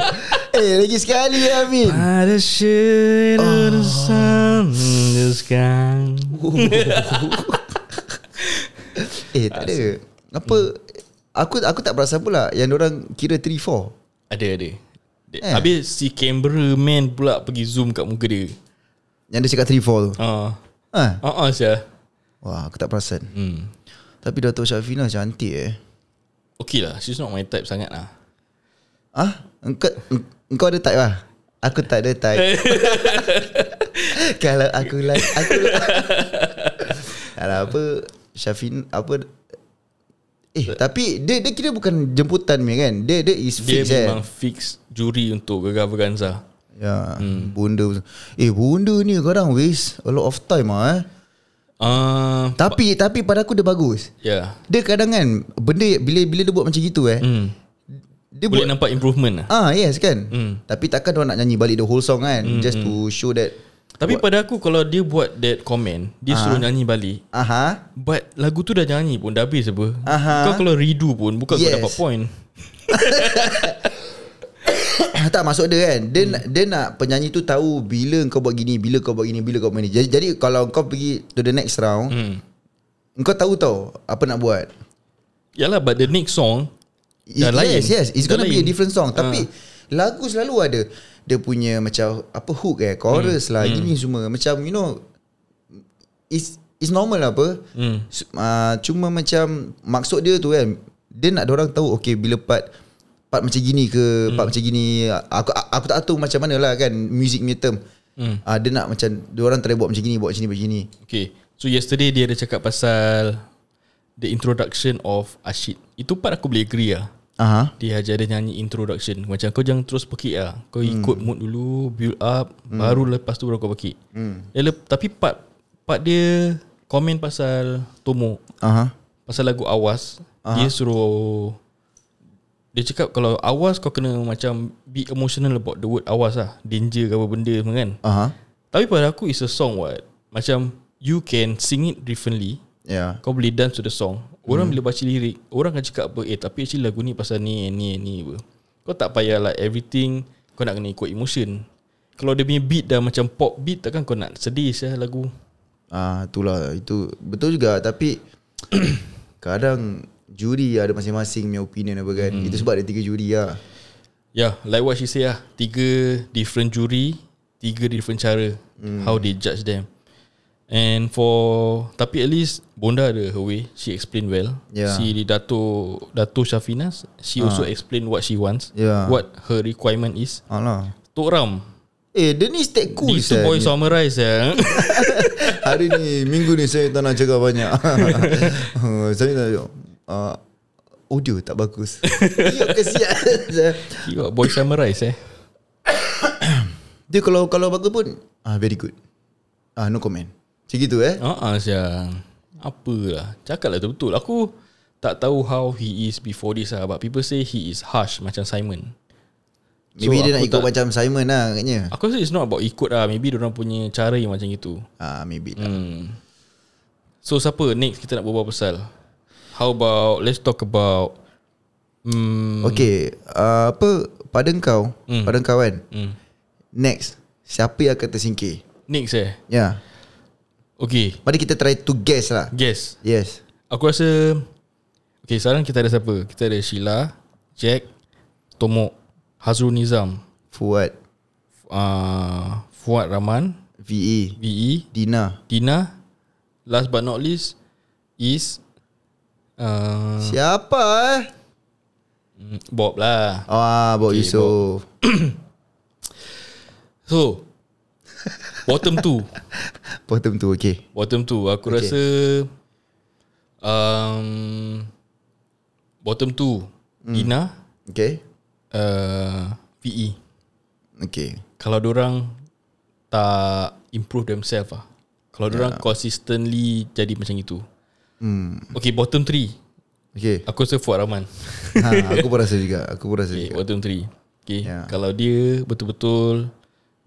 Speaker 2: Eh, lagi sekali ya, Amin
Speaker 1: by the shade of the sun in the sky.
Speaker 2: Eh, tak ada Apa
Speaker 1: Hmm.
Speaker 2: Aku aku tak perasan pula Yang diorang kira 3-4
Speaker 1: Ada ada. Eh. Habis si camera man pula pergi zoom kat muka dia.
Speaker 2: Yang dia cakap 3-4 tu
Speaker 1: Ha.
Speaker 2: ha.
Speaker 1: Ha ah sia.
Speaker 2: Wah, aku tak perasan
Speaker 1: Hmm.
Speaker 2: Tapi Dato' Syafina cantik eh
Speaker 1: Okay lah She's not my type sangat lah
Speaker 2: Ah, engkau eng- engkau ada type lah. Aku tak ada type. Kalau aku like aku Alah apa Syafin apa Eh tapi dia dia kira bukan jemputan ni kan. Dia dia is
Speaker 1: Dia
Speaker 2: fix
Speaker 1: Fix memang
Speaker 2: eh.
Speaker 1: fix Juri untuk Gegar Verganza
Speaker 2: Ya, hmm. bunda. Eh bunda ni kadang waste a lot of time ah. Eh.
Speaker 1: Ah,
Speaker 2: Tapi tapi pada aku dia bagus.
Speaker 1: Ya
Speaker 2: Dia kadang kan benda bila bila dia buat macam gitu
Speaker 1: yeah.
Speaker 2: eh.
Speaker 1: hmm.
Speaker 2: Dia
Speaker 1: Boleh
Speaker 2: buat
Speaker 1: nampak improvement lah
Speaker 2: Ah yes kan
Speaker 1: Hmm.
Speaker 2: Tapi takkan dia nak nyanyi balik the whole song kan Just to show that
Speaker 1: Tapi pada aku Kalau dia buat that comment Dia suruh nyanyi balik
Speaker 2: Aha
Speaker 1: But lagu tu dah nyanyi pun Dah habis apa
Speaker 2: Aha.
Speaker 1: Kau kalau redo pun Bukan yes. kau
Speaker 2: Yes.
Speaker 1: dapat point
Speaker 2: Tak masuk dia kan dia, nak- dia nak penyanyi tu tahu Bila kau buat gini Bila kau buat gini Bila kau buat ni Jadi, jadi kalau kau pergi to the next round
Speaker 1: hmm.
Speaker 2: Kau tahu tau Apa nak buat
Speaker 1: Yalah but the next song
Speaker 2: It-
Speaker 1: Dah lain
Speaker 2: Yes yes It's
Speaker 1: Dah
Speaker 2: gonna be a
Speaker 1: lain. Ah.
Speaker 2: different song Tapi Lagu selalu ada Dia punya macam Apa hook eh Chorus
Speaker 1: Hmm.
Speaker 2: lah Gini semua Macam you know It's It's normal lah apa
Speaker 1: hmm.
Speaker 2: S- uh, Cuma macam Maksud dia tu kan Dia nak orang tahu Okay bila part Part macam gini ke
Speaker 1: Hmm.
Speaker 2: Part macam gini Aku aku tak tahu macam mana lah kan Music punya term
Speaker 1: Hmm.
Speaker 2: uh, Dia nak macam Diorang try buat macam gini Buat macam ni Buat macam ni
Speaker 1: Okay So yesterday dia ada cakap pasal The introduction of Ashid Itu part aku boleh agree lah
Speaker 2: Aha.
Speaker 1: Dia ajar dia nyanyi introduction Macam kau jangan terus pekik lah Kau ikut mood dulu Build up hmm. Baru lepas tu baru kau pekik hmm. dia lep, Tapi part Part dia Komen pasal Tomo
Speaker 2: Aha.
Speaker 1: Pasal lagu Awas uh-huh. Dia suruh Dia cakap kalau Awas kau kena macam Be emotional about the word Awas lah Danger ke apa benda semua kan
Speaker 2: Aha.
Speaker 1: Tapi pada aku it's a song what Macam You can sing it differently
Speaker 2: Ya.
Speaker 1: Kau boleh dance to the song Orang bila baca lirik Orang akan cakap apa Eh tapi actually lagu ni pasal ni Ni ni apa Kau tak payah like everything Kau nak kena ikut emotion Kalau dia punya beat dah macam pop beat Takkan kau nak sedih sah lagu
Speaker 2: Ah itulah itu betul juga tapi kadang juri ada masing-masing punya opinion apa kan.
Speaker 1: Hmm.
Speaker 2: Itu sebab ada tiga juri lah.
Speaker 1: Yeah like what she say lah Tiga different jury Tiga different cara
Speaker 2: Hmm.
Speaker 1: How they judge them And for Tapi at least Bonda ada her way She explain well
Speaker 2: Yeah.
Speaker 1: Si Dato Dato Syafinas She
Speaker 2: Ah.
Speaker 1: also explain what she wants
Speaker 2: Yeah.
Speaker 1: What her requirement is
Speaker 2: Alah.
Speaker 1: Tok Ram
Speaker 2: Eh, dia ni stay cool
Speaker 1: These two
Speaker 2: sel.
Speaker 1: boys summarize ya.
Speaker 2: Hari ni Minggu ni saya tak nak cakap banyak Uh, Saya tak uh, Audio tak bagus Yuk kesian
Speaker 1: You boy summarize eh.
Speaker 2: Dia kalau kalau bagus pun ah Very good ah No comment Macam gitu eh
Speaker 1: Ah uh-uh, siang. Apalah. Cakaplah lah tu betul. Aku tak tahu how he is before this lah. But people say he is harsh macam Simon.
Speaker 2: Maybe
Speaker 1: So,
Speaker 2: dia nak
Speaker 1: aku
Speaker 2: ikut
Speaker 1: tak-
Speaker 2: macam Simon lah katnya
Speaker 1: Aku rasa it's not about ikut lah. Maybe orang punya cara yang macam itu.
Speaker 2: ah Maybe lah
Speaker 1: Hmm. So siapa next kita nak berbual pasal? How about let's talk about hmm,
Speaker 2: Okay ah, Apa Pada kau Pada kau kan
Speaker 1: hmm.
Speaker 2: Next Siapa yang akan tersingkir
Speaker 1: next eh.
Speaker 2: Ya yeah.
Speaker 1: Okay.
Speaker 2: Mari kita try to guess lah
Speaker 1: Guess.
Speaker 2: Yes
Speaker 1: Aku rasa Okay sekarang kita ada siapa Kita ada Sheila Jack Tomok Hazrul Nizam
Speaker 2: Fuad
Speaker 1: uh, Fuad Rahman
Speaker 2: VE
Speaker 1: VE
Speaker 2: E, Dina
Speaker 1: Dina Last but not least Is uh,
Speaker 2: Siapa eh
Speaker 1: Bob lah
Speaker 2: Ah, Bob
Speaker 1: Okay,
Speaker 2: Yusof
Speaker 1: So Bottom two
Speaker 2: Bottom tu okay
Speaker 1: Bottom two Aku okay.
Speaker 2: Okay.
Speaker 1: rasa um, Bottom two Dina
Speaker 2: Okay
Speaker 1: uh, VE
Speaker 2: Okay
Speaker 1: kalau orang tak improve themselves lah. Kalau orang consistently jadi macam itu.
Speaker 2: Hmm
Speaker 1: Okay, bottom three.
Speaker 2: Okay
Speaker 1: Aku rasa Fuad Rahman
Speaker 2: ha, Aku pun rasa juga Aku pun rasa
Speaker 1: Okay
Speaker 2: juga
Speaker 1: Autumn 3 Okay
Speaker 2: Ya.
Speaker 1: yeah. Kalau dia betul-betul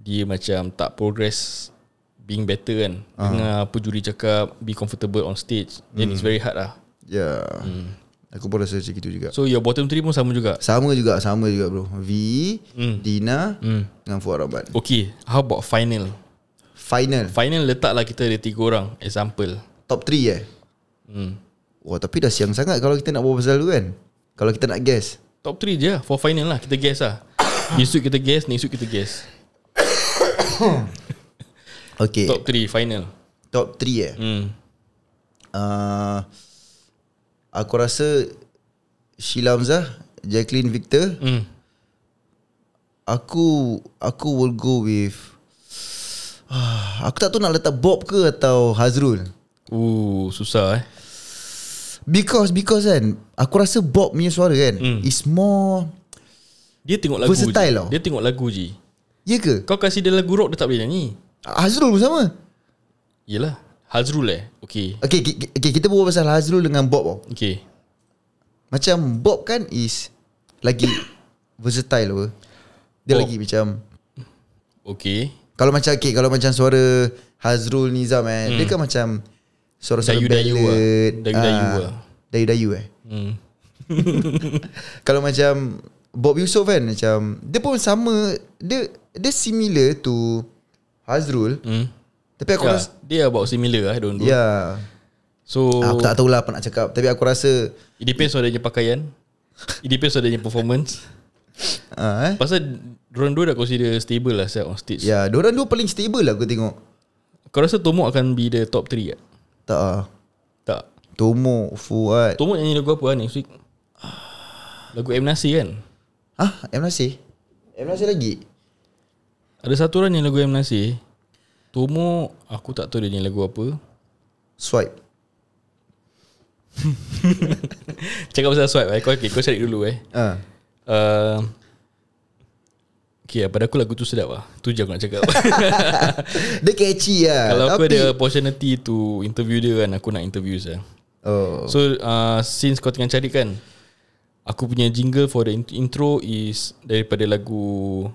Speaker 1: Dia macam tak progress Being better kan uh. Dengar apa juri cakap Be comfortable on stage mm. Then it's very hard lah
Speaker 2: Ya
Speaker 1: Hmm.
Speaker 2: Aku pun rasa macam itu juga
Speaker 1: So your bottom 3 pun sama juga
Speaker 2: Sama juga Sama juga bro V E,
Speaker 1: Hmm.
Speaker 2: Dina Dengan Fuad Rahman
Speaker 1: Okay How about final
Speaker 2: Final
Speaker 1: Final letaklah kita ada 3 orang Example
Speaker 2: Top 3 eh
Speaker 1: hmm.
Speaker 2: Wah tapi dah siang sangat Kalau kita nak buat pasal tu kan Kalau kita nak guess
Speaker 1: Top 3 je lah For final lah Kita guess lah This week kita guess Next week kita guess
Speaker 2: Okay
Speaker 1: Top 3 final
Speaker 2: Top 3 eh
Speaker 1: hmm.
Speaker 2: uh, Aku rasa Sheila Hamzah Jacqueline Victor
Speaker 1: Hmm.
Speaker 2: Aku Aku will go with Aku tak tahu nak letak Bob ke Atau Hazrul
Speaker 1: Ooh, susah eh
Speaker 2: Because Because kan Aku rasa Bob punya suara kan mm. Is more
Speaker 1: Dia tengok lagu
Speaker 2: Versatile
Speaker 1: je.
Speaker 2: tau.
Speaker 1: Dia tengok lagu je
Speaker 2: Ya ke?
Speaker 1: Kau kasih dia lagu rock Dia tak boleh nyanyi
Speaker 2: Hazrul pun sama
Speaker 1: Yelah Hazrul eh Okay
Speaker 2: okay, ki- ki- okay Kita berbual pasal Hazrul dengan Bob tau
Speaker 1: Okay
Speaker 2: Macam Bob kan is Lagi Versatile apa
Speaker 1: Bob.
Speaker 2: Dia lagi macam
Speaker 1: Okay
Speaker 2: Kalau macam okay, Kalau macam suara Hazrul Nizam eh Dia kan macam Suara-suara
Speaker 1: Hmm. Dayu-dayu lah.
Speaker 2: ballad
Speaker 1: Dayu-dayu
Speaker 2: ah,
Speaker 1: lah.
Speaker 2: Dayu-dayu eh
Speaker 1: hmm.
Speaker 2: Kalau macam Bob Yusof kan Macam Dia pun sama Dia Dia similar to Hazrul
Speaker 1: Hmm.
Speaker 2: Tapi aku
Speaker 1: Ya,
Speaker 2: rasa
Speaker 1: Dia about similar lah Don't
Speaker 2: Ya
Speaker 1: do yeah. So
Speaker 2: Aku tak tahulah apa nak cakap Tapi aku rasa
Speaker 1: It depends on dia punya pakaian It depends on dia punya performance
Speaker 2: uh, eh?
Speaker 1: Pasal Diorang dua dah consider stable lah Siap on stage yeah.
Speaker 2: Ya Diorang dua paling stable lah aku tengok
Speaker 1: Kau rasa Tomo akan be the top 3 tak?
Speaker 2: Tak ah.
Speaker 1: Tak
Speaker 2: Tomo Fuad
Speaker 1: Tomo nyanyi lagu apa lah next week? Lagu M. Nasir kan?
Speaker 2: Ah, M. Nasir M. Nasir lagi
Speaker 1: Ada satu orang yang lagu M. Nasir Tomo Aku tak tahu dia nyanyi lagu apa
Speaker 2: Swipe
Speaker 1: Cakap pasal swipe eh. Kau, okay, kau cari dulu eh
Speaker 2: Ah,
Speaker 1: uh, Okay pada aku lagu tu sedap lah Tu je aku nak cakap
Speaker 2: Dia catchy lah
Speaker 1: Kalau aku
Speaker 2: tapi,
Speaker 1: ada opportunity to interview dia kan Aku nak interview saya
Speaker 2: Oh
Speaker 1: So uh, since kau tengah cari kan Aku punya jingle for the int- intro is Daripada lagu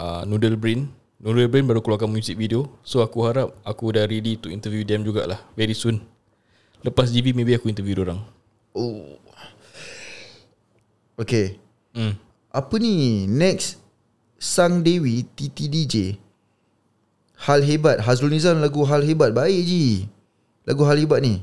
Speaker 1: uh, Noodle Brain Noodle Brain baru keluarkan music video So aku harap aku dah ready to interview them jugalah Very soon Lepas GB maybe aku interview orang.
Speaker 2: Oh. Okay
Speaker 1: Hmm.
Speaker 2: Apa ni Next Sang Dewi TT DJ Hal Hebat Hazrul Nizam lagu Hal Hebat Baik je Lagu Hal Hebat ni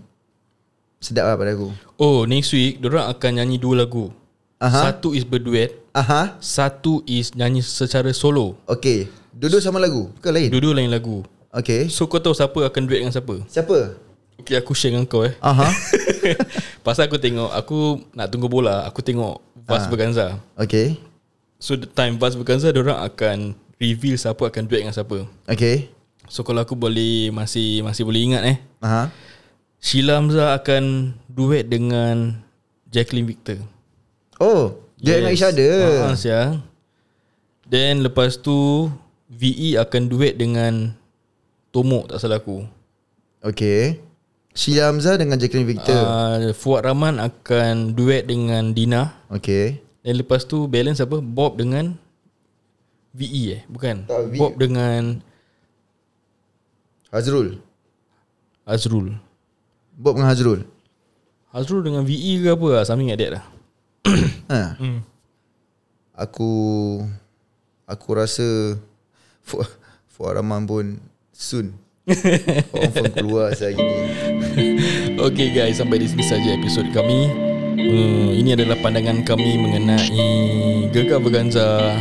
Speaker 2: Sedap lah pada aku
Speaker 1: Oh next week orang akan nyanyi dua lagu
Speaker 2: Aha.
Speaker 1: Satu is berduet
Speaker 2: Aha
Speaker 1: Satu is nyanyi secara solo
Speaker 2: Okay Dua-dua sama lagu Bukan lain
Speaker 1: Dua-dua lain lagu
Speaker 2: Okay
Speaker 1: So kau tahu siapa akan duet dengan siapa
Speaker 2: Siapa?
Speaker 1: Okay aku share dengan kau eh
Speaker 2: Aha
Speaker 1: Pasal aku tengok Aku nak tunggu bola Aku tengok
Speaker 2: Ah.
Speaker 1: Vaz Berganza
Speaker 2: Okay
Speaker 1: So the time Vaz Berganza Diorang akan Reveal siapa akan duet dengan siapa
Speaker 2: Okay
Speaker 1: So kalau aku boleh Masih masih boleh ingat eh
Speaker 2: Aha
Speaker 1: Sheila Hamzah akan Duet dengan Jacqueline Victor
Speaker 2: Oh Dia yes. dengan each other
Speaker 1: Ha, siang. Then lepas tu VE akan duet dengan Tomok tak salah aku
Speaker 2: Okay Sheila Hamzah dengan Jacqueline Victor
Speaker 1: uh, Fuad Rahman akan duet dengan Dina
Speaker 2: Okay
Speaker 1: Dan lepas tu balance apa? Bob dengan VE eh? Bukan.
Speaker 2: Tak, V- E.
Speaker 1: Bob dengan
Speaker 2: Hazrul
Speaker 1: Azrul.
Speaker 2: Bob dengan Hazrul
Speaker 1: Azrul dengan VE ke apa lah. Something like that lah.
Speaker 2: ha. Aku Aku rasa Fu- Fuad Rahman pun Soon Confirm keluar saya gini
Speaker 1: Okay guys, sampai di sini saja episod kami. Hmm, ini adalah pandangan kami mengenai Gegar Berganza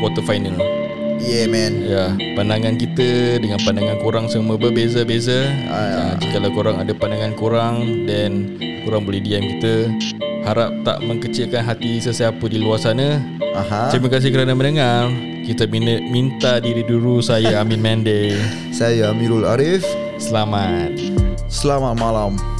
Speaker 1: quarter final.
Speaker 2: Yeah man
Speaker 1: Ya, pandangan kita dengan pandangan korang semua berbeza-beza. Ah,
Speaker 2: Ya.
Speaker 1: jika korang ada pandangan korang, then korang boleh DM kita. Harap tak mengkecilkan hati sesiapa di luar sana.
Speaker 2: Aha
Speaker 1: Terima kasih kerana mendengar. Kita minta, minta diri dulu saya Amin Mende.
Speaker 2: Saya Amirul Arif
Speaker 1: Selamat.
Speaker 2: Selamat malam